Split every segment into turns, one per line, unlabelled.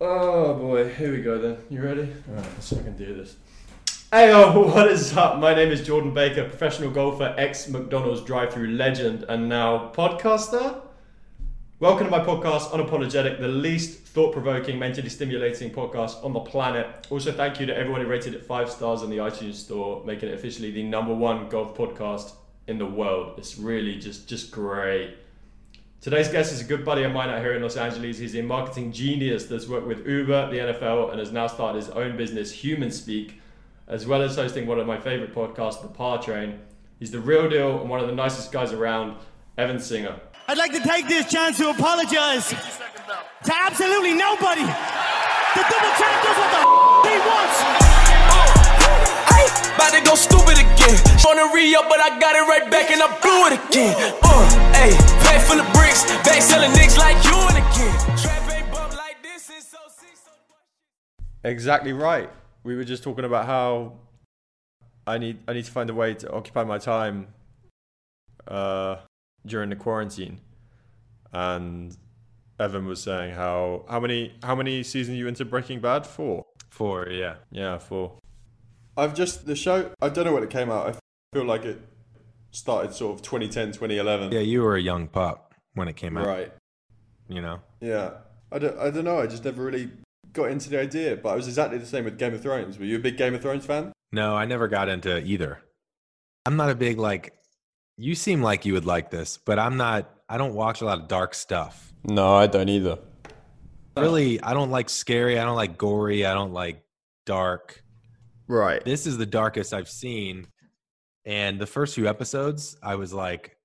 Oh boy, here we go then. You ready? Alright, let's see if I can do this. Heyo, oh, what is up? My name is Jordan Baker, professional golfer, ex McDonald's drive through legend, and now podcaster. Welcome to my podcast, Unapologetic, the least thought provoking, mentally stimulating podcast on the planet. Also, thank you to everyone who rated it five stars on the iTunes store, making it officially the number one golf podcast in the world. It's really just, just great. Today's guest is a good buddy of mine out here in Los Angeles. He's a marketing genius that's worked with Uber, the NFL, and has now started his own business, Human Speak, as well as hosting one of my favorite podcasts, The Par Train. He's the real deal and one of the nicest guys around, Evan Singer.
I'd like to take this chance to apologize to absolutely nobody. The double champ does what the f- he wants.
Ay, About to go stupid again. Wanna re up, but I got it right back and I blew it again. Uh, hey, bag full of bricks, back selling nicks like you and again. Trap ain't bump like this and so sick, so
Exactly right. We were just talking about how I need I need to find a way to occupy my time uh, during the quarantine, and Evan was saying how how many how many seasons are you into Breaking Bad? Four.
Four, yeah.
Yeah, four. I've just the show. I don't know when it came out. I feel like it started sort of 2010, 2011.
Yeah, you were a young pup when it came out,
Right.
you know?
Yeah. I don't. I don't know. I just never really got into the idea. But I was exactly the same with Game of Thrones. Were you a big Game of Thrones fan?
No, I never got into either. I'm not a big, like, you seem like you would like this, but I'm not, I don't watch a lot of dark stuff.
No, I don't either. Uh.
Really, I don't like scary. I don't like gory. I don't like dark.
Right.
This is the darkest I've seen. And the first few episodes, I was like,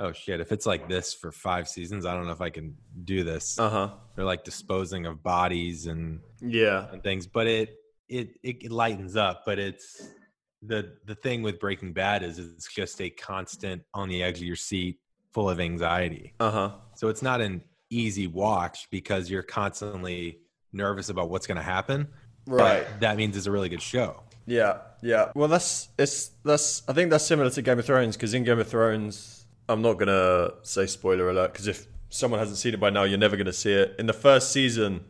oh shit, if it's like this for five seasons, I don't know if I can do this.
Uh huh.
They're like disposing of bodies and
Yeah.
and things but it it it lightens up but it's the the thing with breaking bad is it's just a constant on the edge of your seat full of anxiety
Uh huh.
so it's not an easy watch because you're constantly nervous about what's going to happen but
Right.
that means it's a really good show
Yeah. Yeah. Well, that's it's that's I think that's similar to Game of Thrones because in Game of Thrones, I'm not gonna say spoiler alert because if someone hasn't seen it by now, you're never gonna see it. In the first season,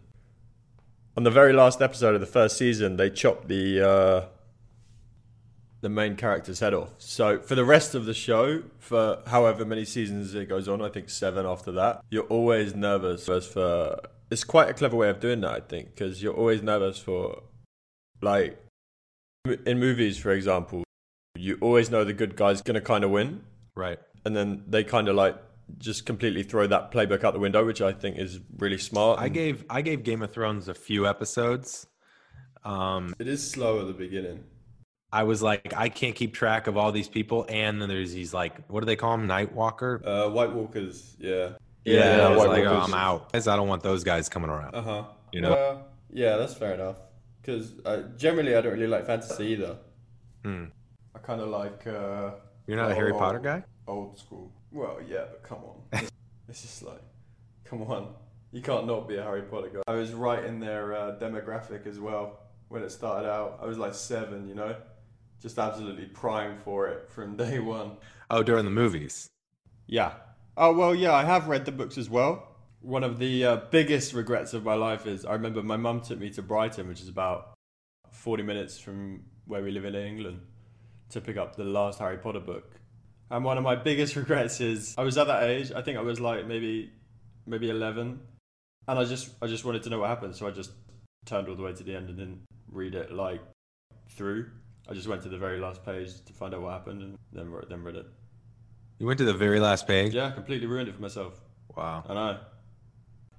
on the very last episode of the first season, they chopped the uh, the main character's head off. So for the rest of the show, for however many seasons it goes on, I think seven after that, you're always nervous as for. It's quite a clever way of doing that, I think, because you're always nervous for like in movies, for example, you always know the good guy's gonna kind of win,
right
and then they kind of like just completely throw that playbook out the window, which I think is really smart.
i
and-
gave i gave game of thrones a few episodes um
it is slow at the beginning.
i was like i can't keep track of all these people and then there's these like what do they call them nightwalker
Uh, White Walkers, yeah,
Yeah, I was
White
like, oh,
Walkers.
I'm out. Guys, I don't want those guys coming around.
Uh huh.
You know?
Well, yeah, that's fair enough. Because uh, generally, I don't really like fantasy either.
Hmm.
I kind of like uh,
You're not a Harry
Oh.
Potter guy?
old school. Well, yeah, but come on. it's just like, come on. You can't not be a Harry Potter guy. I was right in their uh, demographic as well when it started out. I was like seven, you know? Just absolutely primed for it from day one.
Oh, during the movies.
Yeah. Oh well, yeah, I have read the books as well. One of the uh, biggest regrets of my life is I remember my mum took me to Brighton, which is about forty minutes from where we live in England, to pick up the last Harry Potter book. And one of my biggest regrets is I was at that age. I think I was like maybe maybe eleven, and I just I just wanted to know what happened, so I just turned all the way to the end and didn't read it like through. I just went to the very last page to find out what happened, and then re- then read it.
You went to the very last page?
Yeah, I completely ruined it for myself.
Wow.
I know.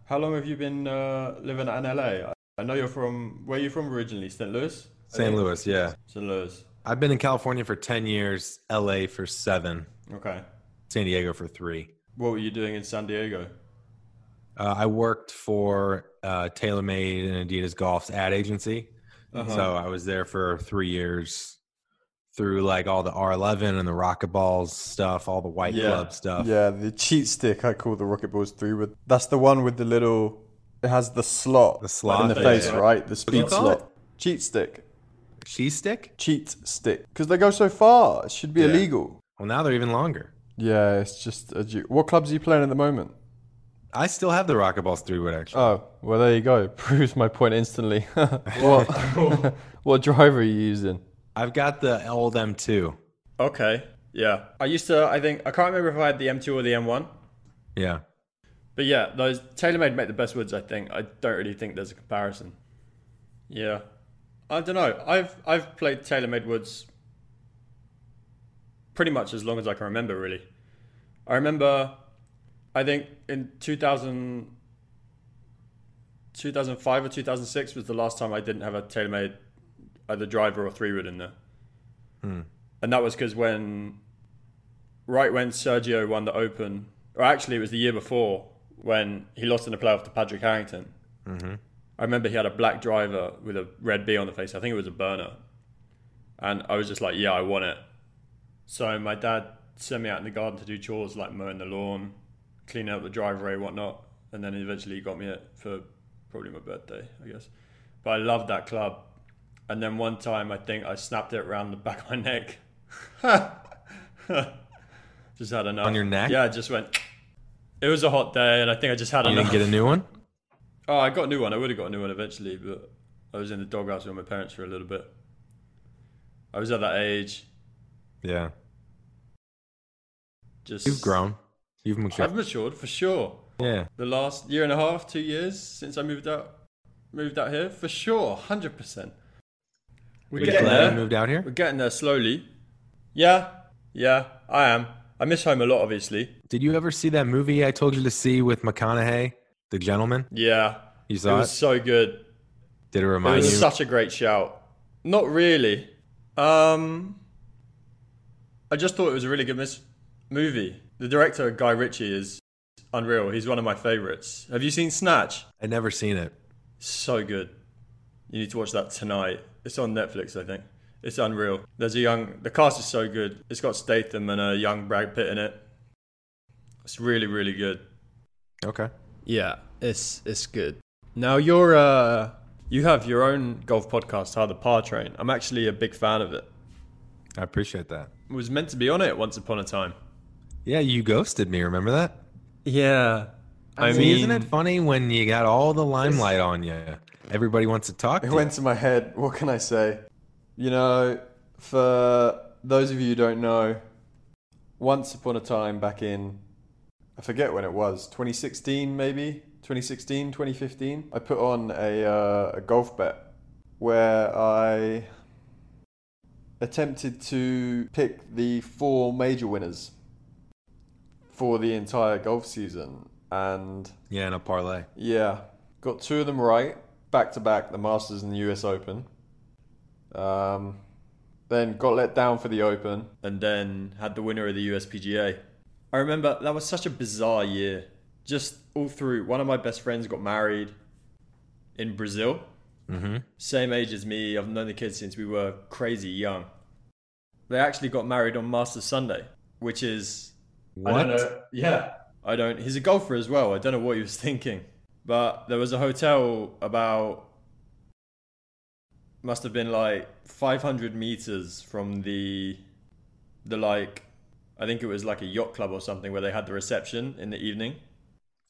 How long have you been uh, living out in LA? I- I know you're from where are you from originally, St. Louis.
St. Louis, yeah.
St. Louis.
I've been in California for 10 years, LA for seven,
Okay.
San Diego for three.
What were you doing in San Diego?
Uh, I worked for uh, TaylorMade and Adidas Golf's ad agency.
Uh-huh.
So I was there for three years through like all the R11 and the Rockaballs stuff, all the White
Yeah.
Club stuff.
Yeah, the cheat stick I call the Rocket Balls three with that's the one with the little it has the slot
The slot
in the
thing,
face,
yeah.
right? The speed
call
slot. Cheat stick.
Cheese stick?
Cheat stick. Because they go so far, it should be illegal.
Well, now they're even longer.
Yeah, it's just a ju- what clubs are you playing at the moment?
I still have the Rockaballs three wood actually.
Oh, well, there you go. Proves my point instantly. what, what driver are you using?
I've got the old M2.
Okay. Yeah. I used to, I think, I can't remember if I had the M2 or the M1.
Yeah.
But yeah, those TaylorMade make the best woods, I think. I don't really think there's a comparison. Yeah. I don't know. I've I've played TaylorMade woods pretty much as long as I can remember, really. I remember I think in 2000 2005 or 2006 was the last time I didn't have a TaylorMade either driver or three wood in there. And that was because when, right when Sergio won the Open, or actually it was the year before when he lost in the playoff to Patrick Harrington. I remember he had a black driver with a red B on the face. I think it was a burner. And I was just like, yeah, I want it. So my dad sent me out in the garden to do chores like mowing the lawn, cleaning up the driveway, whatnot. And then eventually he got me it for probably my birthday, I guess. But I loved that club. And then one time, I think I snapped it around the back of my neck. just had enough.
On your neck?
Yeah, I just went. It was a hot day, and I think I just had
You
enough.
didn't get a new one?
oh, I got a new one. I would have got a new one eventually, but I was in the doghouse with my parents for a little bit. I was at that age.
Yeah.
Just
You've grown. You've matured.
I've matured for sure.
yeah.
The last year and a half, two years since I moved out, moved out here for sure, hundred percent.
We're
getting
glad
there.
you moved out here.
We're getting there slowly. Yeah, yeah, I am. I miss home a lot, obviously.
Did you ever see that movie I told you to see with McConaughey, The Gentleman?
Yeah,
You
it
saw it?
was so good.
Did it
It
remind you?
was such a great shout. Not really. Um, I just thought it was a really good mis- movie. The director Guy Ritchie is unreal. He's one of my favorites. Have you seen Snatch?
I'd never seen it.
So good. You need to watch that tonight. It's on Netflix, I think. It's unreal. There's a young. The cast is so good. It's got Statham and a young Brad Pitt in it. It's really, really good.
Okay.
Yeah, it's it's good. Now you're uh you have your own golf podcast, How the Par Train. I'm actually a big fan of it.
I appreciate that.
Was meant to be on it once upon a time.
Yeah, you ghosted me. Remember that?
Yeah. I,
See,
mean,
isn't it funny when you got all the limelight on you? Everybody wants to talk. To
It
you.
went to my head. What can I say? You know, for those of you who don't know, once upon a time back in, I forget when it was, 2016 maybe, 2016, 2015, I put on a, uh, a golf bet where I attempted to pick the four major winners for the entire golf season. And
Yeah, in a parlay.
yeah, got two of them right back to back, the Masters and the U.S. Open. Um, then got let down for the Open.
and then had the winner of the USPGA. I remember that was such a bizarre year. Just all through, one of my best friends got married in Brazil. Mm-hmm. Same age as me. I've known the kids since we were crazy young. They actually got married on Master Sunday, which is I don't
What?
know. Yeah. I don't. He's a golfer as well. I don't know what he was thinking. But there was a hotel about. Must have been like 500 meters from the. The like. I think it was like a yacht club or something where they had the reception in the evening.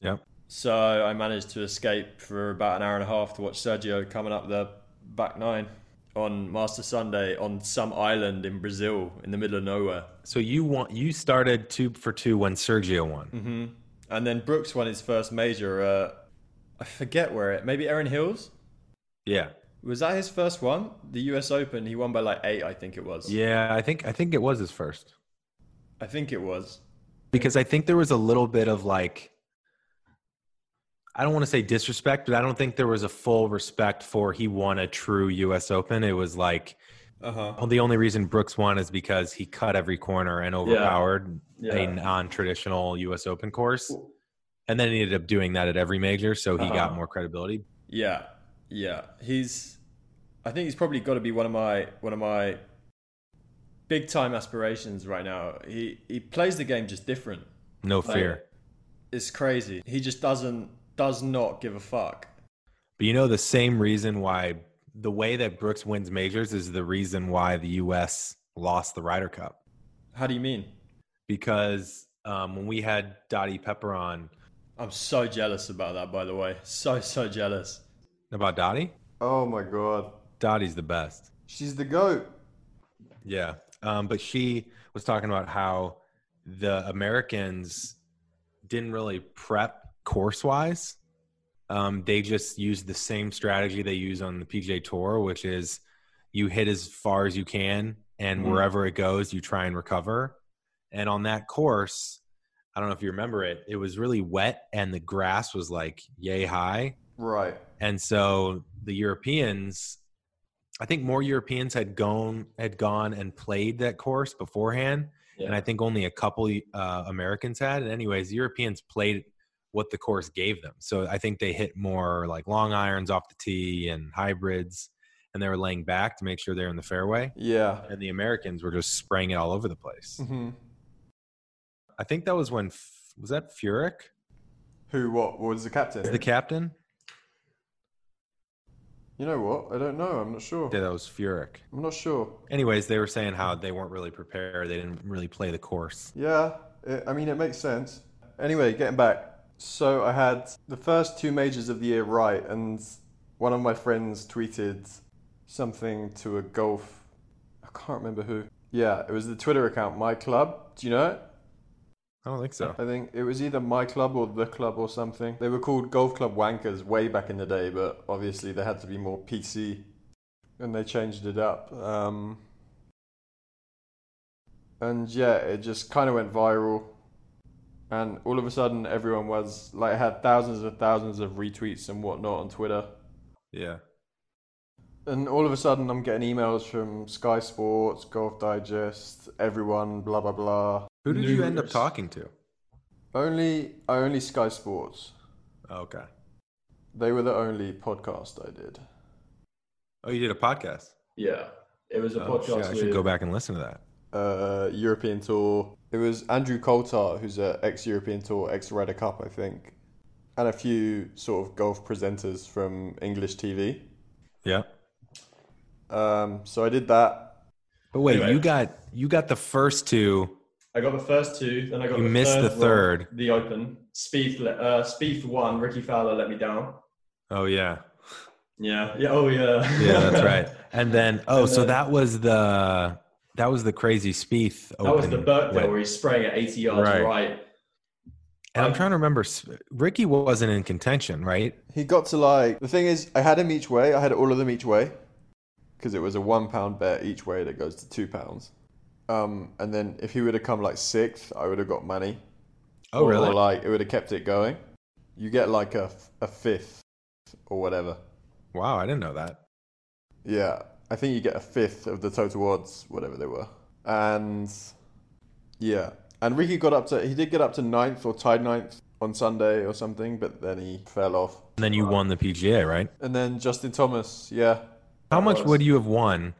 Yep.
So I managed to escape for about an hour and a half to watch Sergio coming up the back nine on Master Sunday on some island in Brazil in the middle of nowhere.
So you want you started two for two when Sergio won.
Mm-hmm. And then Brooks won his first major. Uh, I forget where it. Maybe Erin Hills.
Yeah.
Was that his first one? The U.S. Open. He won by like eight, I think it was.
Yeah, I think I think it was his first.
I think it was.
because I think there was a little bit of like I don't want to say disrespect, but I don't think there was a full respect for he won a true US Open. It was like
Uh huh.
oh, the only reason Brooks won is because he cut every corner and overpowered a
Yeah.
non-traditional US Open course. And then he ended up doing that at every major, so he got more credibility.
Yeah, yeah. He's. I think he's probably got to be one of my one of my big time aspirations right now. He he plays the game just different.
No fear.
It's crazy. He just doesn't does not give a fuck.
But you know the same reason why the way that Brooks wins majors is the reason why the US lost the Ryder Cup.
How do you mean?
because um, when we had Dottie Pepper on,
I'm so jealous about that, by the way. So, so jealous.
About Dottie?
Oh my god,
Dottie's the best.
she's the goat.
Yeah. Um, but she was talking about how the Americans didn't really prep course wise. Um, they just used the same strategy they use on the PJ Tour, which is you hit as far as you can, and wherever it goes, you try and recover. And on that course, I don't know if you remember it, it was really wet, and the grass was like yay high.
Right.
And so the Europeans, I think more Europeans had gone had gone and played that course beforehand, and I think only a couple uh, Americans had. And anyways, Europeans played what the course gave them. So I think they hit more like long irons off the tee and hybrids, and they were laying back to make sure they're in the fairway.
Yeah.
And the Americans were just spraying it all over the place.
hmm
I think that was when F- was that Furyk,
Who? What was the captain?
the captain?
you know what? I don't know. I'm not sure.
Yeah, that was Furyk.
I'm not sure.
Anyways, they were saying how they weren't really prepared. They didn't really play the course.
Yeah, it, I mean, it makes sense. Anyway, getting back. So I had the first two majors of the year right, and one of my friends tweeted something to a golf. I can't remember who. Yeah, it was the Twitter account, My Club. Do you know it?
I don't think so.
I think it was either My Club or The Club or something. They were called Golf Club Wankers way back in the day, but obviously they had to be more PC and they changed it up. Um, and yeah, it just kind of went viral. And all of a sudden, everyone was like, had thousands and thousands of retweets and whatnot on Twitter.
Yeah.
And all of a sudden, I'm getting emails from Sky Sports, Golf Digest, everyone, blah, blah, blah.
Who did you end up
Numerous.
talking to?
Only, I only Sky Sports.
Oh, Okay.
They were the only podcast I did.
Oh, you did a podcast.
Yeah. It was a
Oh, shit,
podcast.
I
with-
should go back and listen to that.
Uh, European tour. It was Andrew Coulthard, who's a ex-European tour, ex-Ryder Cup, I think, and a few sort of golf presenters from English TV.
Yeah.
Um, so I did that.
But wait,
Anyway.
you got you got the first two.
I got the first two, then I got
You
the
missed the
third
third.
one, the open. Spieth, le- uh, Spieth won. Ricky Fowler let me down.
Oh yeah.
Yeah. Yeah. Oh yeah.
Yeah, that's right. And then oh,
And
so
then-
that was the that was the crazy Spieth.
that was the
Open
Birkdale
win.
where he's spraying at 80 yards
Right.
right.
And I'm trying to remember. S- Ricky wasn't in contention, right?
He got to like the thing is, I had him each way. I had all of them each way because it was a one pound bet each way that goes to two pounds. Um, and then if he would have come like sixth, I would have got money.
Oh
Or
really?
like it would have kept it going. You get like a f- a fifth or whatever.
Wow, I didn't know that.
Yeah, I think you get a fifth of the total odds, whatever they were. And yeah, and Ricky got up to he did get up to ninth or tied ninth on Sunday or something, but then he fell off.
And then you won the PGA, right?
And then Justin Thomas, yeah,
How much
was-
would you have won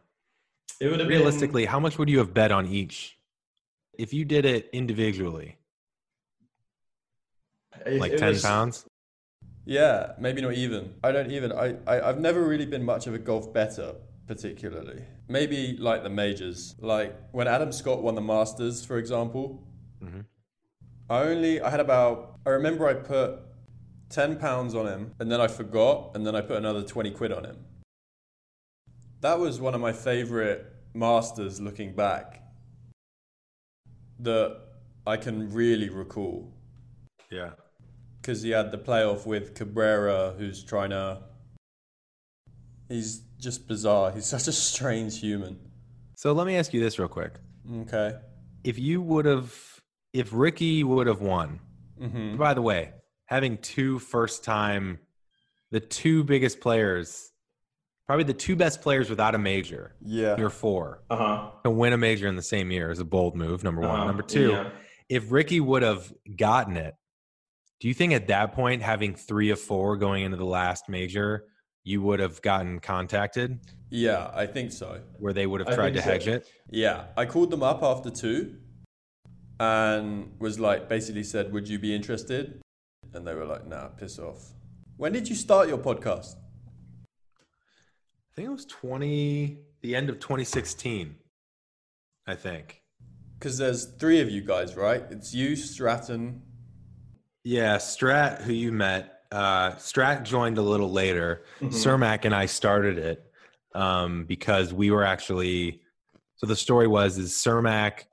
It would have been-
realistically, how much would you have bet on each if you did it individually?
it-
Like
it
ten
was-
pounds?
Yeah, maybe not even. I don't even. I, I, I've never really been much of a golf better, particularly. Maybe like the majors. Like when Adam Scott won the Masters, for example,
Mhm.
I only. I had about. I remember I put £10 on him, and then I forgot, and then I put another 20 quid on him. That was one of my favorite Masters looking back that I can really recall
Yeah.
because he had the playoff with Cabrera, who's trying to. He's just bizarre. He's such a strange human.
So let me ask you this real quick.
Okay.
If you would have if Ricky would have won,
Mm-hmm.
by the way, having two first time the two biggest players, probably the two best players without a major,
yeah,
your four,
Uh-huh.
to win a major in the same year is a bold move, number one.
Uh-huh.
Number two, Mm-hmm.
Yeah.
if Ricky would have gotten it, do you think at that point, having three of four going into the last major, you would have gotten contacted
Yeah, I think so.
where they would have
I
tried
think
to
so.
hedge it?
Yeah, I called them up after two, and was like, basically said, "Would you be interested?" And they were like, "Nah, piss off." When did you start your podcast?
I think it was 20, the end of 2016, I think.
Because there's three of you guys, right? It's you, Stratton.
Yeah, Strat, who you met, uh, Strat joined a little later.
Mm-hmm.
Cermak and I started it um, because we were actually. So the story was is Cermak,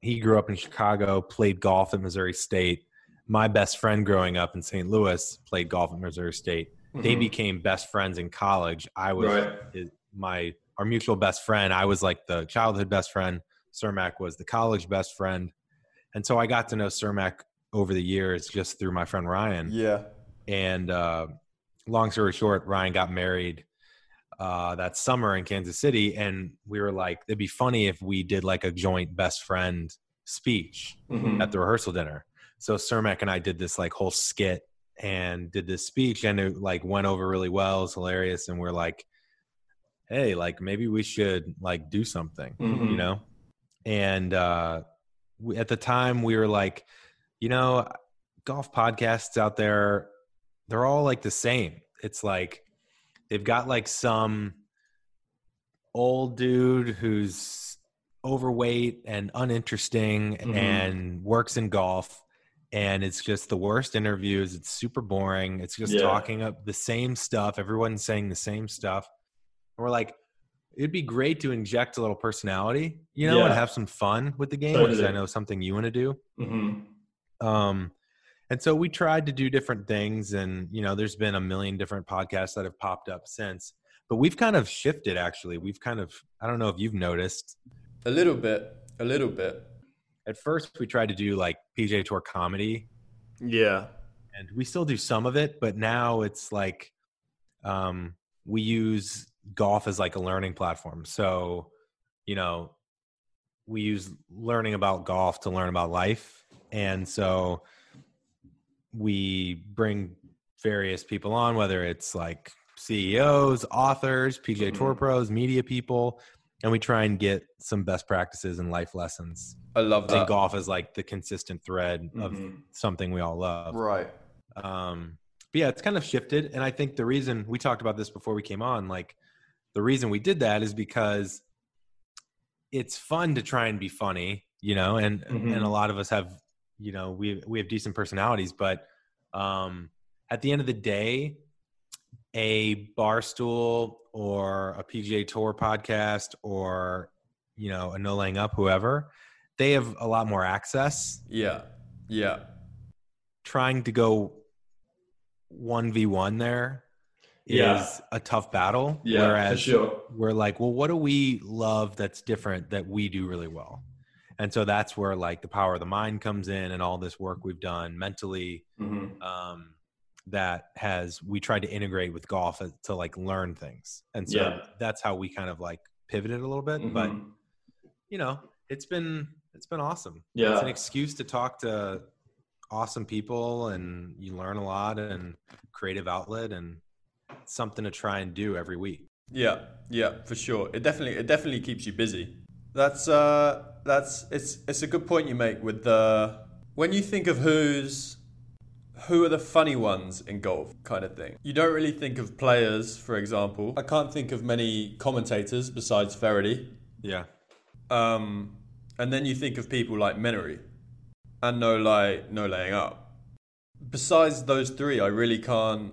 he grew up in Chicago, played golf at Missouri State. My best friend growing up in St. Louis played golf at Missouri State.
Mm-hmm.
They became best friends in college. I was
Right.
his, my our mutual best friend. I was like the childhood best friend. Cermak was the college best friend, and so I got to know Cermak over the years just through my friend Ryan
Yeah.
and uh, long story short, Ryan got married uh, that summer in Kansas City, and we were like, it'd be funny if we did like a joint best friend speech
Mhm.
at the rehearsal dinner. So Cermak and I did this like whole skit and did this speech, and it like went over really well. It was hilarious, and we're like, hey, like maybe we should like do something,
Mhm.
you know? And uh, we, at the time, we were like, you know, golf podcasts out there they're all like the same. It's like they've got like some old dude who's overweight and uninteresting
Mhm.
and works in golf and it's just the worst interviews it's super boring it's just
Yeah.
talking up the same stuff everyone's saying the same stuff and we're like it'd be great to inject a little personality you know and
Yeah.
have some fun with the game because
Totally.
i know something you want to do
Mm-hmm.
um and so we tried to do different things and you know there's been a million different podcasts that have popped up since but we've kind of shifted actually we've kind of i don't know if you've noticed
A little bit, a little bit.
at first we tried to do like pj tour comedy
Yeah.
and we still do some of it but now it's like um we use golf as like a learning platform so you know we use learning about golf to learn about life and so we bring various people on whether it's like CEOs, authors, PJ Tour pros, media people and we try and get some best practices and life lessons.
I love
I think
that.
golf is like the consistent thread of
Mhm.
something we all love.
Right.
Um, but yeah, it's kind of shifted. And I think the reason we talked about this before we came on, like the reason we did that is because it's fun to try and be funny, you know, and
Mhm.
and a lot of us have, you know, we we have decent personalities, but um at the end of the day, a barstool or a PGA tour podcast or you know, a no laying up, whoever, they have a lot more access
Yeah, yeah.
trying to go 1v1 there is
Yeah.
a tough battle.
Yeah, for
Whereas
sure.
we're like, well, what do we love that's different that we do really well? And so that's where like the power of the mind comes in and all this work we've done mentally
Mm-hmm.
um, that has, we tried to integrate with golf as- to like learn things. And so
Yeah.
that's how we kind of like pivoted a little bit.
Mm-hmm.
But, you know, it's been, it's been awesome
yeah,
it's an excuse to talk to awesome people and you learn a lot and creative outlet and something to try and do every week
Yeah, yeah, for sure. It definitely it definitely keeps you busy. That's uh that's it's it's a good point you make with the when you think of who's who are the funny ones in golf kind of thing. You don't really think of players, for example. I can't think of many commentators besides Verity.
yeah
Um and then you think of people like Menery and no like no laying up. Besides those three, I really can't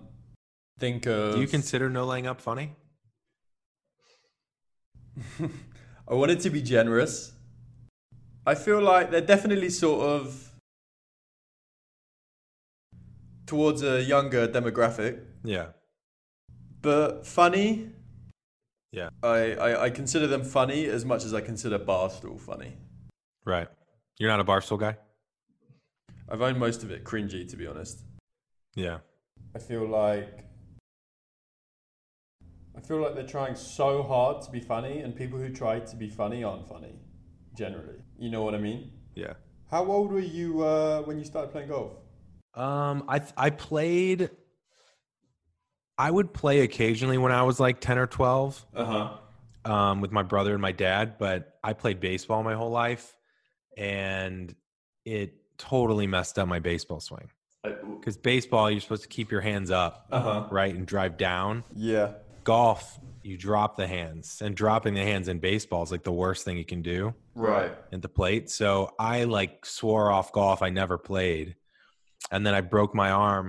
think of
do you consider no laying up funny
I wanted to be generous. I feel like they're definitely sort of towards a younger demographic,
yeah
but funny.
Yeah.
I, I, I consider them funny as much as I consider Barstool funny.
right you're not a barstool guy
I've owned most of it cringy, to be honest.
yeah
I feel like. I feel like they're trying so hard to be funny, and people who try to be funny aren't funny, generally. You know what I mean?
yeah
How old were you uh, when you started playing golf?
um i i played i would play occasionally when i was like 10 or 12
Uh huh.
uh-huh.
um, with my brother and my dad, but I played baseball my whole life, and it totally messed up my baseball swing. Because baseball, you're supposed to keep your hands up, right, and drive down.
Yeah.
Golf, you drop the hands, and dropping the hands in baseball is like the worst thing you can do
Right.
at the plate. So I like swore off golf. I never played. and then I broke my arm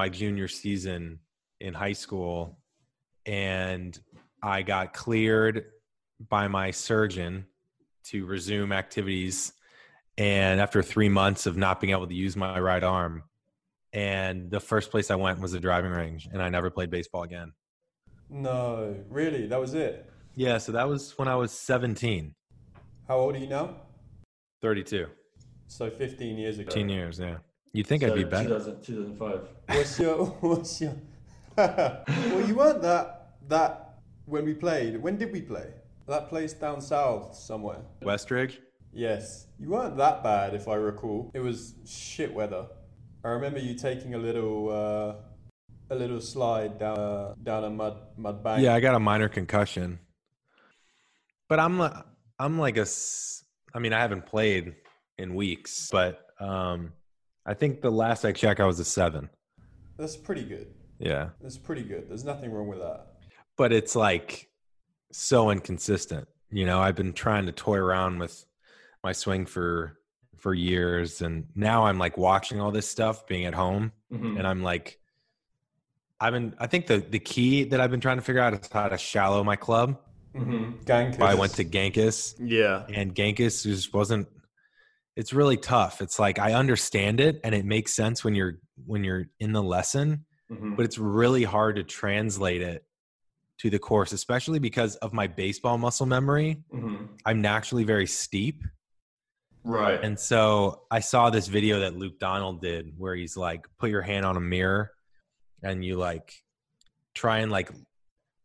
my junior season in high school, and I got cleared by my surgeon to resume activities. And after three months of not being able to use my right arm, and the first place I went was the driving range, and I never played baseball again.
No, really, that was it.
Yeah, so that was when I was 17,
How old are you now?
32,
So 15 years ago.
15 years. Yeah, you'd think I'd be better.
2000, 2005.
What's your what's your Well you weren't that that when we played. When did we play? That place down south somewhere.
Westridge.
Yes. You weren't that bad if I recall. It was shit weather. I remember you taking a little uh, a little slide down uh, down a mud mud bank.
Yeah, I got a minor concussion. But I'm li- I'm like a s- I mean I haven't played in weeks, but um I think the last I checked I was a 7.
That's pretty good.
Yeah.
That's pretty good. There's nothing wrong with that.
But it's like so inconsistent. You know, I've been trying to toy around with my swing for for years and now I'm like watching all this stuff being at home
Mhm.
and I'm like I've been I think the the key that I've been trying to figure out is how to shallow my club.
Mm-hmm.
Gank
I went to Gankus
Yeah.
and Genghis just wasn't. It's really tough. It's like I understand it and it makes sense when you're when you're in the lesson,
Mhm.
but it's really hard to translate it to the course, especially because of my baseball muscle memory.
Mhm.
I'm naturally very steep,
Right.
and so I saw this video that Luke Donald did where he's like, put your hand on a mirror, and you like try and like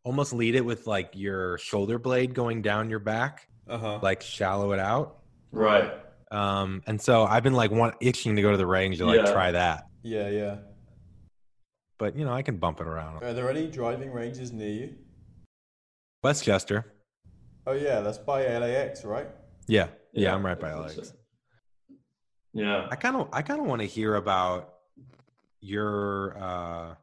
almost lead it with like your shoulder blade going down your back,
Uh-huh.
like shallow it out.
right.
Um, and so I've been like want, itching to go to the range to like
Yeah.
try that,
Yeah, yeah.
but you know I can bump it around.
Are there any driving ranges near you?
Westchester,
Oh yeah, that's by LAX, right?
yeah, yeah, I'm right by Alex.
Yeah.
I kind of, I kind of want to hear about your. uh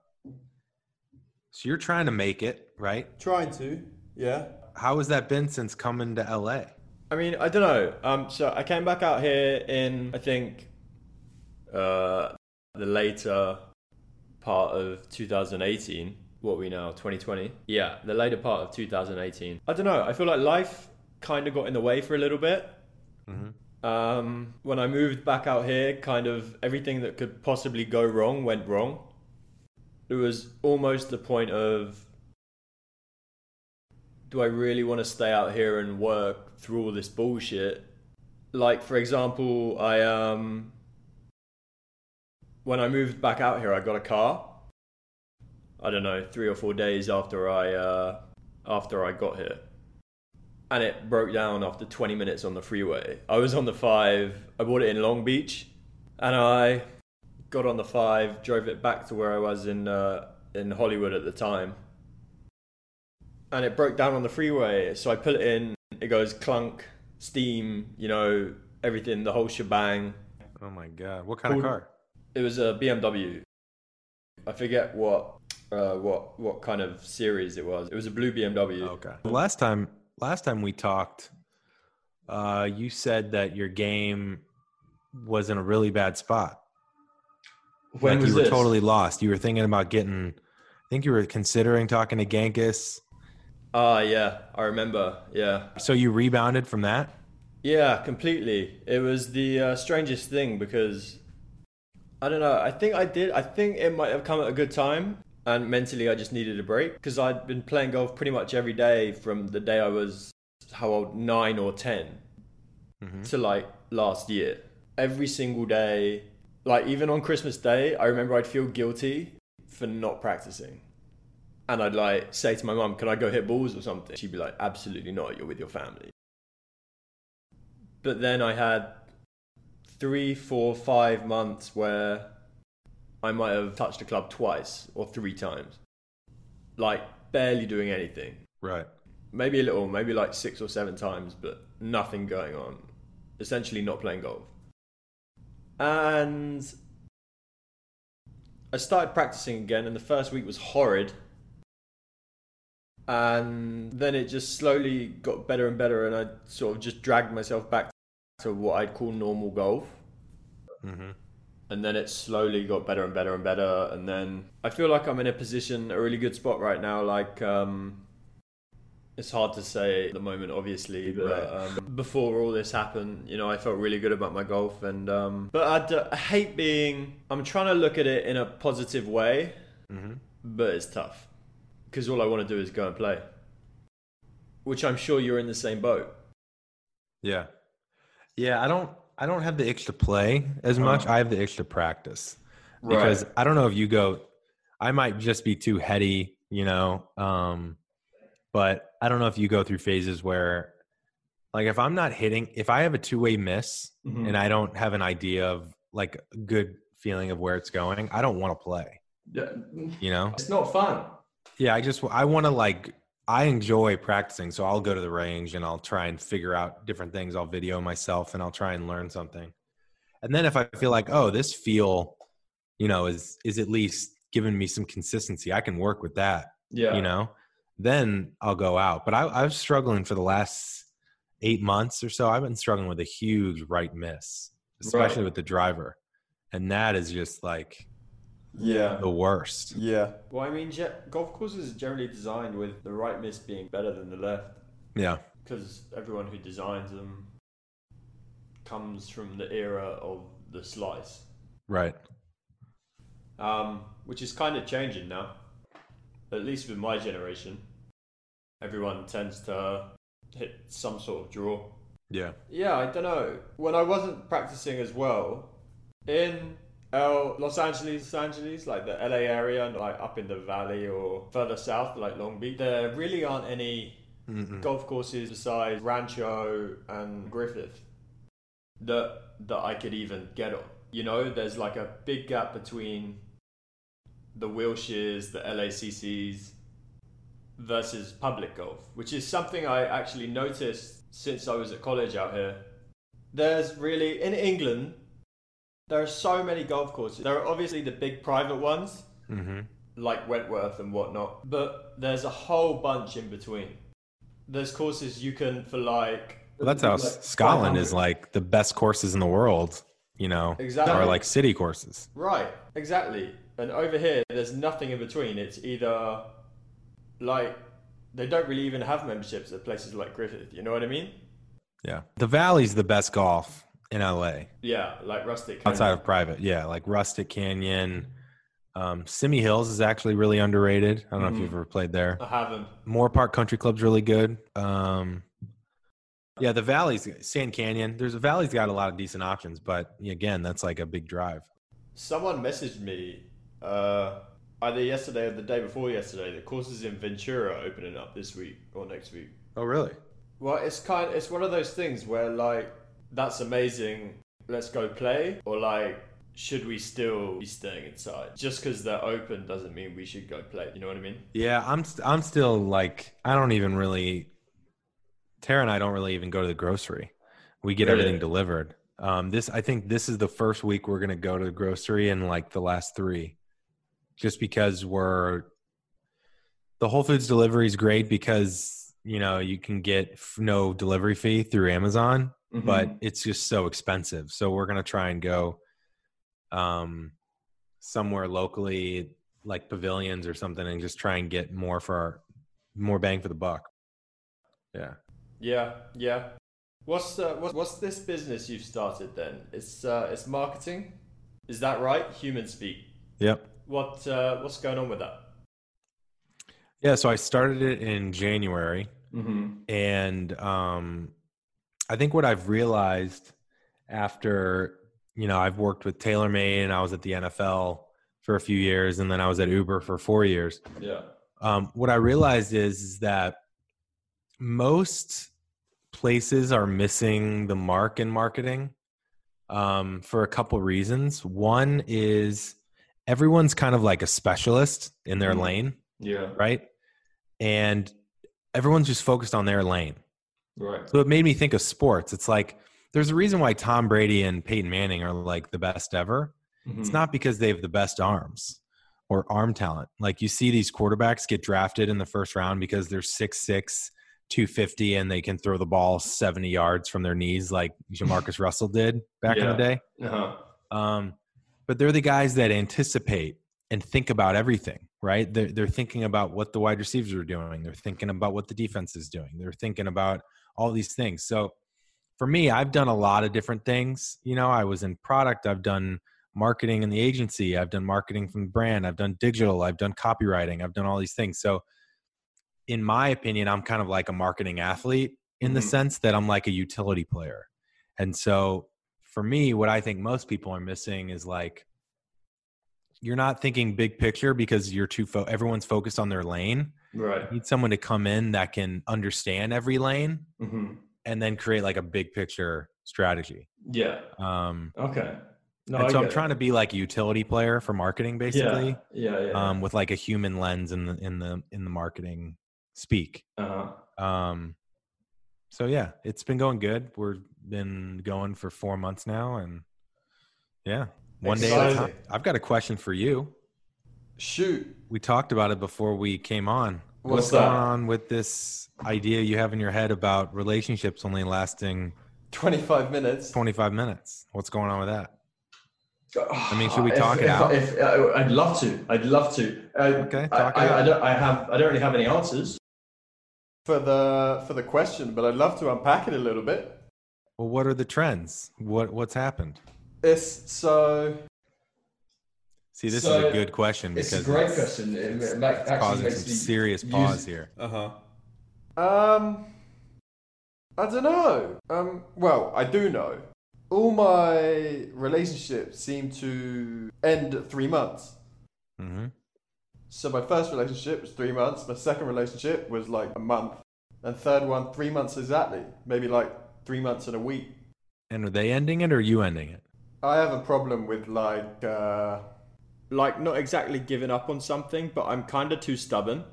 So you're trying to make it, right?
Trying to. Yeah.
How has that been since coming to LA?
I mean, I don't know. Um, so I came back out here in I think uh, the later part of 2018. What we now 2020? Yeah, the later part of 2018. I don't know. I feel like life kind of got in the way for a little bit. Um, when I moved back out here, kind of everything that could possibly go wrong went wrong. It was almost the point of do I really want to stay out here and work through all this bullshit? Like, for example, I, um, when I moved back out here, I got a car. I don't know, three or four days after I, uh, after I got here. And it broke down after 20 minutes on the freeway. I was on the five, I bought it in Long Beach, and I got on the five, drove it back to where I was in, uh, in Hollywood at the time and it broke down on the freeway. So I put it in, it goes clunk, steam, you know, everything, the whole shebang.
Oh my god, what kind of
Cool.
car?
It was a BMW. I forget what uh, what what kind of series it was. It was a blue BMW.
Okay. Last time, last time we talked, uh, you said that your game was in a really bad spot.
When
like
was
you were
this?
totally lost. You were thinking about getting. I think you were considering talking to Genghis.
Ah, yeah, I remember. Yeah,
So you rebounded from that.
yeah, completely. It was the uh, strangest thing because I don't know. I think I did. I think it might have come at a good time. And mentally, I just needed a break because I'd been playing golf pretty much every day from the day I was, how old, nine or 10 to like last year. Every single day, like even on Christmas Day, I remember I'd feel guilty for not practicing. And I'd like say to my mum, Can I go hit balls or something? She'd be like, Absolutely not. You're with your family. But then I had three, four, five months where I might have touched a club twice or three times, like barely doing anything.
Right.
Maybe a little, maybe like six or seven times, but nothing going on. Essentially, not playing golf. And I started practicing again, and the first week was horrid. And then it just slowly got better and better, and I sort of just dragged myself back to what I'd call normal golf
hmm
and then it slowly got better and better and better and then i feel like i'm in a position a really good spot right now like um it's hard to say at the moment obviously but um, before all this happened you know i felt really good about my golf and um but I d- I hate being i'm trying to look at it in a positive way but it's tough because all i want to do is go and play which i'm sure you're in the same boat
Yeah. Yeah, I don't I don't have the itch to play
Uh-huh.
as much. I have the itch to practice. Because I don't know if you go I might just be too heady, you know. Um but I don't know if you go through phases where like if I'm not hitting if I have a two-way miss
Mm-hmm.
and I don't have an idea of like a good feeling of where it's going, I don't want to play,
yeah
you know?
it's not fun
Yeah, I just I want to like I enjoy practicing, so I'll go to the range and I'll try and figure out different things. I'll video myself and I'll try and learn something. And then if I feel like, oh, this feel, you know, is is at least giving me some consistency, I can work with that,
yeah
you know. Then I'll go out. But I, I was struggling for the last eight months or so. I've been struggling with a huge right miss, especially
Right.
with the driver, and that is just like
Yeah.
the worst.
Yeah.
Well, I mean, ge- golf courses are generally designed with the right miss being better than the left
Yeah.
because everyone who designs them comes from the era of the slice,
Right.
um, which is kind of changing now. At least with my generation, everyone tends to hit some sort of draw.
Yeah.
Yeah, I don't know. When I wasn't practicing as well in L- Los Angeles, Los Angeles, like the LA area, and like up in the valley or further south, like Long Beach, there really aren't any golf courses besides Rancho and Griffith that that I could even get on. You know, there's like a big gap between the Wilshires, the LACCs, versus public golf, which is something I actually noticed since I was at college out here. There's really, in England, there are so many golf courses. There are obviously the big private ones, like Wentworth and whatnot, but there's a whole bunch in between. There's courses you can, for like,
Well, that's how S- Scotland is like the best courses in the world, you know,
Exactly.
are like city courses.
Right, exactly. And over here, there's nothing in between. It's either like they don't really even have memberships at places like Griffith. You know what I mean?
Yeah. The Valley's the best golf in LA
Yeah, like rustic. kind
outside of private. Yeah. Like Rustic Canyon. Um, Simi Hills is actually really underrated. I don't know if you've ever played there.
I haven't.
Moore Park Country Club's really good. Um, yeah. The Valley's Sand Canyon. There's a Valley's got a lot of decent options, but again, that's like a big drive.
Someone messaged me uh, either yesterday or the day before yesterday that courses in Ventura are opening up this week or next week.
Oh, really?
Well, it's kind. It's one of those things where like that's amazing. Let's go play, or like should we still be staying inside? Just because they're open doesn't mean we should go play. You know what I mean?
Yeah, I'm st- I'm still like I don't even really. Tara and I don't really even go to the grocery. We get
Really?
everything delivered. Um, this I think this is the first week we're gonna go to the grocery in like the last three, just because we're. The Whole Foods delivery is great because you know you can get f- no delivery fee through Amazon,
Mm-hmm.
but it's just so expensive. So we're gonna try and go, um, somewhere locally like pavilions or something and just try and get more for our more bang for the buck. Yeah.
Yeah, yeah. What's uh, what's, what's this business you've started then? It's uh, it's marketing. Is that right? Human speak.
Yep.
What uh, what's going on with that?
Yeah, so I started it in January.
Mm-hmm.
And um I think what I've realized after, you know, I've worked with TaylorMade and I was at the NFL for a few years and then I was at Uber for 4 years.
Yeah.
um, what I realized is, is that most places are missing the mark in marketing um, for a couple reasons. One is everyone's kind of like a specialist in their lane,
Yeah.
right? And everyone's just focused on their lane.
Right.
So it made me think of sports. It's like there's a reason why Tom Brady and Peyton Manning are like the best ever.
Mm-hmm.
Hmm.
It's not because they have the best arms or arm talent. Like you see these quarterbacks get drafted in the first round because they're 6'6, 250, and they can throw the ball 70 yards from their knees, like Jamarcus Russell did back in
Uh-huh.
Yeah.
the day.
Uh huh.
Um, But they're the guys that anticipate and think about everything, right? They're, they're thinking about what the wide receivers are doing. They're thinking about what the defense is doing. They're thinking about all these things. So for me, I've done a lot of different things. You know, I was in product, I've done marketing in the agency, I've done marketing from the brand, I've done digital, I've done copywriting, I've done all these things. So in my opinion, I'm kind of like a marketing athlete in the sense that I'm like a utility player. And so for me, what I think most people are missing is like you're not thinking big picture because you're too fo- everyone's focused on their lane.
Right.
You need someone to come in that can understand every lane
hmm
and then create like a big picture strategy.
Yeah.
Um
Okay. No,
and so
I
I'm trying to be like a utility player for marketing basically.
Yeah. Yeah. yeah.
Um with like a human lens in the in the in the marketing speak.
uh-huh.
Um, so yeah, it's been going good. We're been going for four months now, and yeah, one day at a time.
Exciting.
I've got a question for you.
Shoot.
We talked about it before we came on.
What's
What's going
that?
on with this idea you have in your head about relationships only lasting
25 minutes.
25 minutes? What's going on with that?
I
mean, should we talk it out?
If, I- I'd love to. I'd love to. I,
Okay, talk
I,
it
I, I
out.
don't. I have. I don't really have any answers.
for the for the question, but I'd love to unpack it a little bit.
Well, what are the trends? What what's happened?
It's so
See, this is
So,
a good question
It's
because
a great
it's
question. It uh, ma- actually
causing
makes
some
me
serious
use-
pause here.
Uh huh.
um I don't know. Um well, I do know. All my relationships seem to end at three months.
hmm
So my first relationship was three months, my second relationship was like a month. And third one, three months exactly. Maybe like three months and a week.
And are they ending it or are you ending it?
I have a problem with like uh
like not exactly giving up on something, but I'm kind of too stubborn.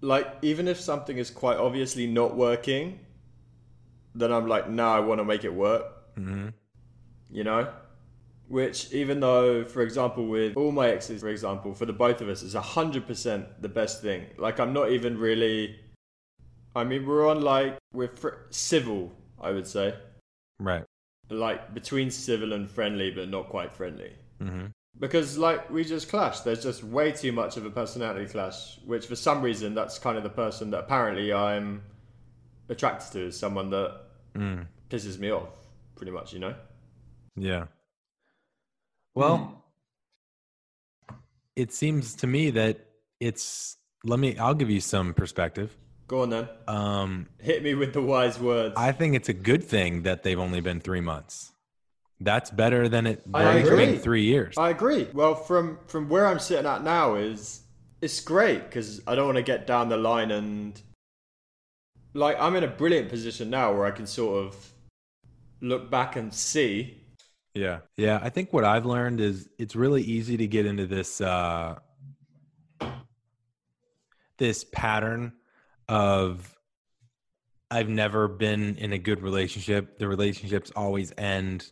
Like even if something is quite obviously not working, then I'm like, nah, I want to make it work.
hmm
You know. Which, even though, for example, with all my exes, for example, for the both of us, is 100% the best thing. Like, I'm not even really. I mean, we're on like, we're fr- civil, I would say.
Right.
Like, between civil and friendly, but not quite friendly
hmm
because like we just clash there's just way too much of a personality clash which for some reason that's kind of the person that apparently i'm attracted to is someone that
Mm.
pisses me off pretty much you know
Yeah. Well, it seems to me that it's let me I'll give you some perspective.
go on then
Um
hit me with the wise words
I think it's a good thing that they've only been 3 months. That's better than it
I
than it's
agree.
been 3 years.
I agree. Well, from from where I'm sitting at now is it's great because I don't want to get down the line and like I'm in a brilliant position now where I can sort of look back and see.
Yeah. Yeah, I think what I've learned is it's really easy to get into this uh this pattern of I've never been in a good relationship. The relationships always end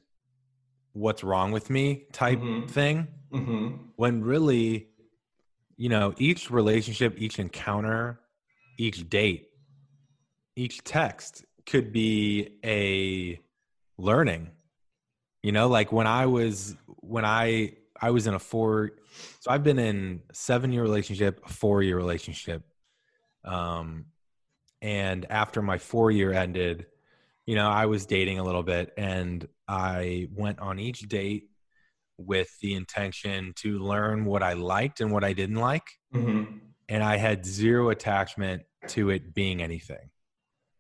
what's wrong with me type
Mhm.
thing
Mm-hmm.
Mhm.
when really you know each relationship each encounter each date each text could be a learning you know like when i was when i i was in a four so i've been in seven year relationship a four year relationship um and after my four year ended you know i was dating a little bit and i went on each date with the intention to learn what I liked and what I didn't like.
Mhm.
Mm-hmm.
And I had zero attachment to it being anything.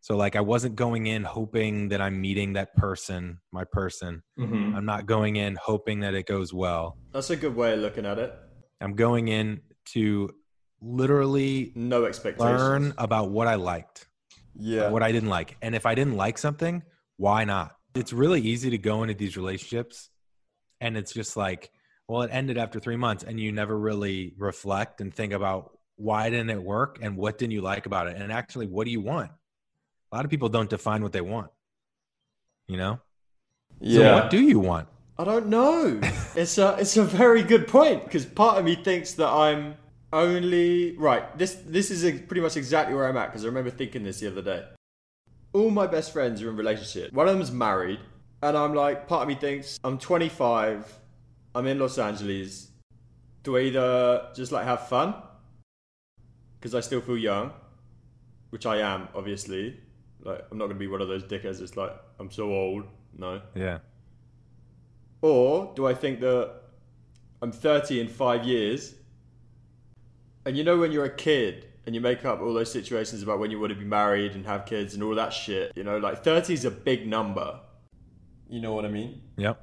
So, like, I wasn't going in hoping that I'm meeting that person, my person.
Mm-hmm.
Mhm.
I'm not going in hoping that it goes well.
That's a good way of looking at it.
I'm going in to literally
No expectations.
learn about what I liked,
yeah.
what I didn't like. And if I didn't like something, why not? It's really easy to go into these relationships and it's just like well it ended after three months and you never really reflect and think about why didn't it work and what didn't you like about it and actually what do you want a lot of people don't define what they want you know so what do you want
I don't know. it's a it's a very good point because part of me thinks that I'm only right. This this is ex- pretty much exactly where I'm at because I remember thinking this the other day. All my best friends are in relationships. One of them's married, and I'm like, part of me thinks I'm 25.
I'm in Los Angeles. Do I either just like have fun? Because I still feel young, which I am, obviously. Like, I'm not going to be one of those dickheads that's like, I'm so old. No.
Yeah.
Or do I think that I'm 30 in five years? And you know, when you're a kid and you make up all those situations about when you want to be married and have kids and all that shit, you know, like 30 is a big number.
You know what I mean?
Yep.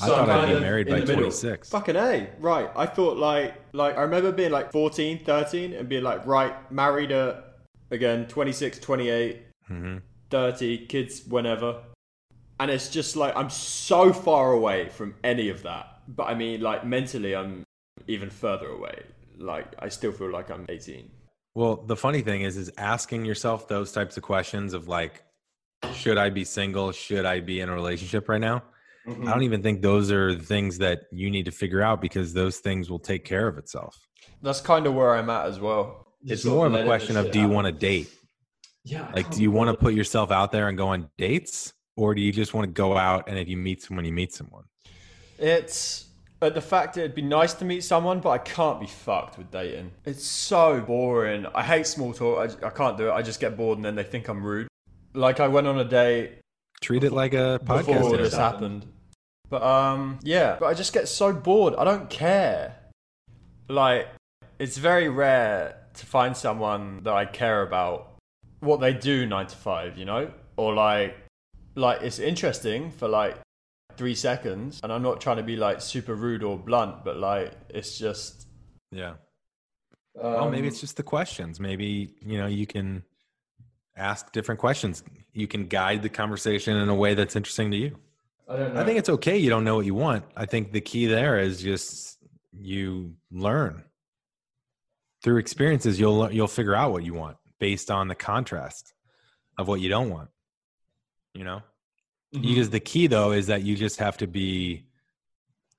I
So
thought I'd
kind
be
of
married
in
by
the middle.
26.
Fucking A. Right. I thought like, like, I remember being like 14, 13 and being like, right, married at, again, 26, 28,
Mhm.
30, kids whenever. And it's just like, I'm so far away from any of that. But I mean, like, mentally, I'm even further away. Like, I still feel like I'm 18.
Well, the funny thing is, is asking yourself those types of questions of like, should I be single? Should I be in a relationship right now? I don't even think those are the things that you need to figure out because those things will take care of itself.
That's kind of where I'm at as well.
It's
sort
more
of
of a
letting
question
the
of
shit
do you
out.
want to date?
Yeah. I
Like,
can't
do you
be
want to
bothered.
put yourself out there and go on dates? Or do you just want to go out and if you meet someone, you meet someone?
It's at the fact that it'd be nice to meet someone, but I can't be fucked with dating. It's so boring. I hate small talk. I, I can't do it. I just get bored and then they think I'm rude. Like I went on a date
Treat it like a
before all
podcast.
this
episode.
happened. But um, yeah. But I just get so bored. I don't care. Like, it's very rare to find someone that I care about what they do nine to five. You know, or like, like it's interesting for like three seconds. And I'm not trying to be like super rude or blunt, but like, it's just
Yeah.
Um,
Well, maybe it's just the questions. Maybe you know you can ask different questions. You can guide the conversation in a way that's interesting to you.
I don't know.
I think it's okay. You don't know what you want. I think the key there is just you learn through experiences. You'll lear- you'll figure out what you want based on the contrast of what you don't want. You know,
Mm-hmm.
Mhm.
because the key though is that you just have to be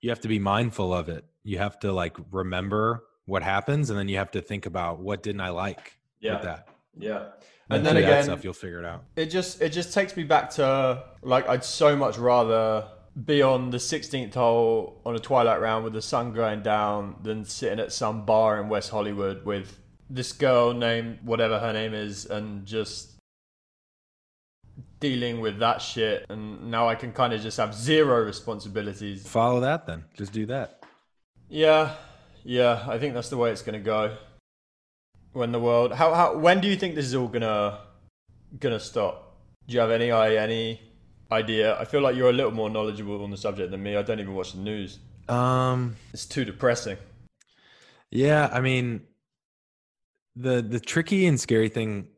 you have to be mindful of it. You have to like remember what happens, and then you have to think about what didn't I like
Yeah.
with that.
Yeah.
And
through
then
that
again-
stuff, you'll figure it out.
it just it just takes me back to like I'd so much rather be on the 16th hole on a twilight round with the sun going down than sitting at some bar in West Hollywood with this girl named whatever her name is and just dealing with that shit and now I can kind of just have zero responsibilities.
Follow that then. Just do that.
Yeah. Yeah, I think that's the way it's going to go. When the world how how when do you think this is all going to gonna stop? Do you have any i- any idea? I feel like you're a little more knowledgeable on the subject than me. I don't even watch the news.
Um,
It's too depressing.
Yeah, I mean the the tricky and scary thing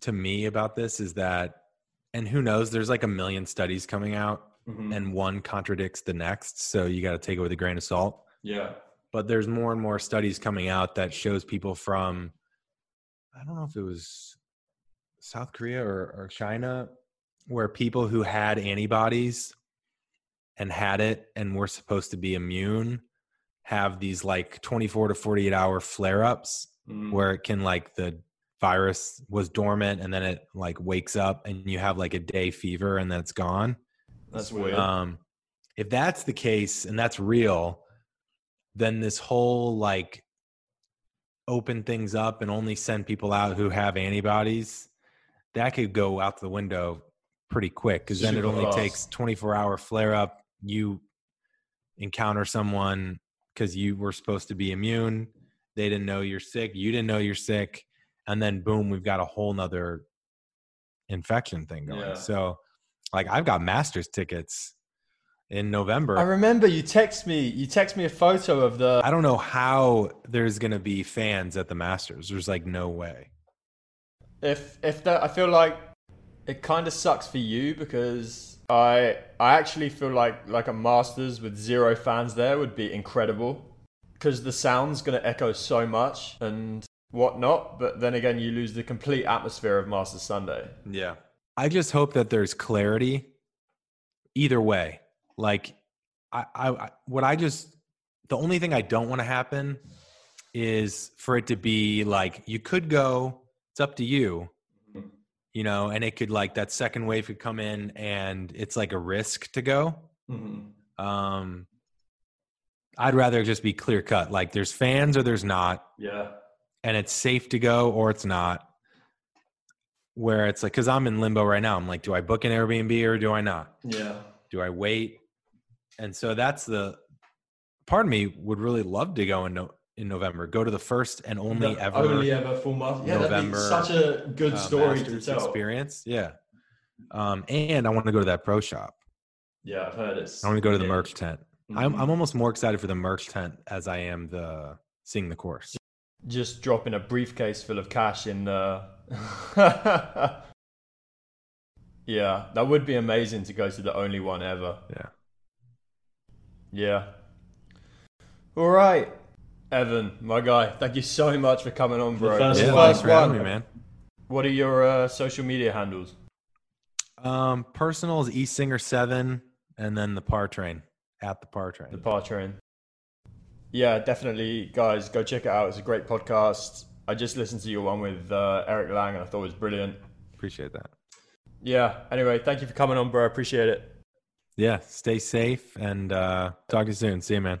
to me about this is that and who knows there's like a million studies coming out
Mm.
Mhm.
and one contradicts the next so you got to take it with a grain of salt
Yeah.
but there's more and more studies coming out that shows people from i don't know if it was south korea or, or china where people who had antibodies and had it and were supposed to be immune have these like 24 to 48 hour flare ups
Mm.
Mhm.
where it can like the virus was dormant and then it like wakes up and you have like a day fever and then it's gone
That's
weird.
um, if that's the case and that's real, then this whole like open things up and only send people out who have antibodies, that could go out the window pretty quick because then it
Super
only
fast.
takes 24 hour flare up. You encounter someone because you were supposed to be immune. They didn't know you're sick. You didn't know you're sick. And then boom, we've got a whole nother infection thing going.
Yeah.
So like I've got master's tickets in November.
I
I,
remember you text me. You text me a photo of the
don't know how there's going to be fans at the masters. There's like no way.
if if that. I feel like it kind of sucks for you because I I actually feel like like a Masters with zero fans there would be incredible because the sound's gonna echo so much and whatnot. But then again, you lose the complete atmosphere of Masters Sunday.
Yeah. I just hope that there's clarity either way. Like I I I- what I just the only thing I don't want to happen is for it to be like you could go, it's up to you. You know, and it could like that second wave
Mm-hmm.
could come in and it's like a risk to go.
Mhm.
um I'd rather just be clear cut. Like there's fans or there's not,
Yeah.
and it's safe to go or it's not. Where it's like, because I'm in limbo right now. I'm like, do I book an Airbnb or do I not?
Yeah.
do I wait? And so that's the part of me would really love to go in no, in November, go to the first and only
The
ever
Only ever full master. Yeah,
November,
that'd be such a good
uh,
story to
Masters
tell.
experience. Yeah. Um, and I want to go to that pro shop.
Yeah, I've heard it's.
I want to go to the
yeah.
merch tent. I'm I'm almost more excited for the merch tent as I am the seeing the course.
Just dropping a briefcase full of cash in the. yeah, that would be amazing to go to the only one ever.
Yeah.
Yeah. All right. Evan, my guy, thank you so much for coming on, bro.
first-
Yeah,
the
thanks
first
for having
one.
me, man.
What are your uh, social media handles?
Um, personal is East Singer Seven, and then the Par Train at the Par Train.
The Partrein. Yeah, definitely, guys, go check it out. It's a great podcast. I just listened to your one with uh, Eric Lang, and I thought it was brilliant.
Appreciate that.
Yeah. Anyway, thank you for coming on, bro. I appreciate it.
Yeah, stay safe and uh, talk to you soon. See you, man.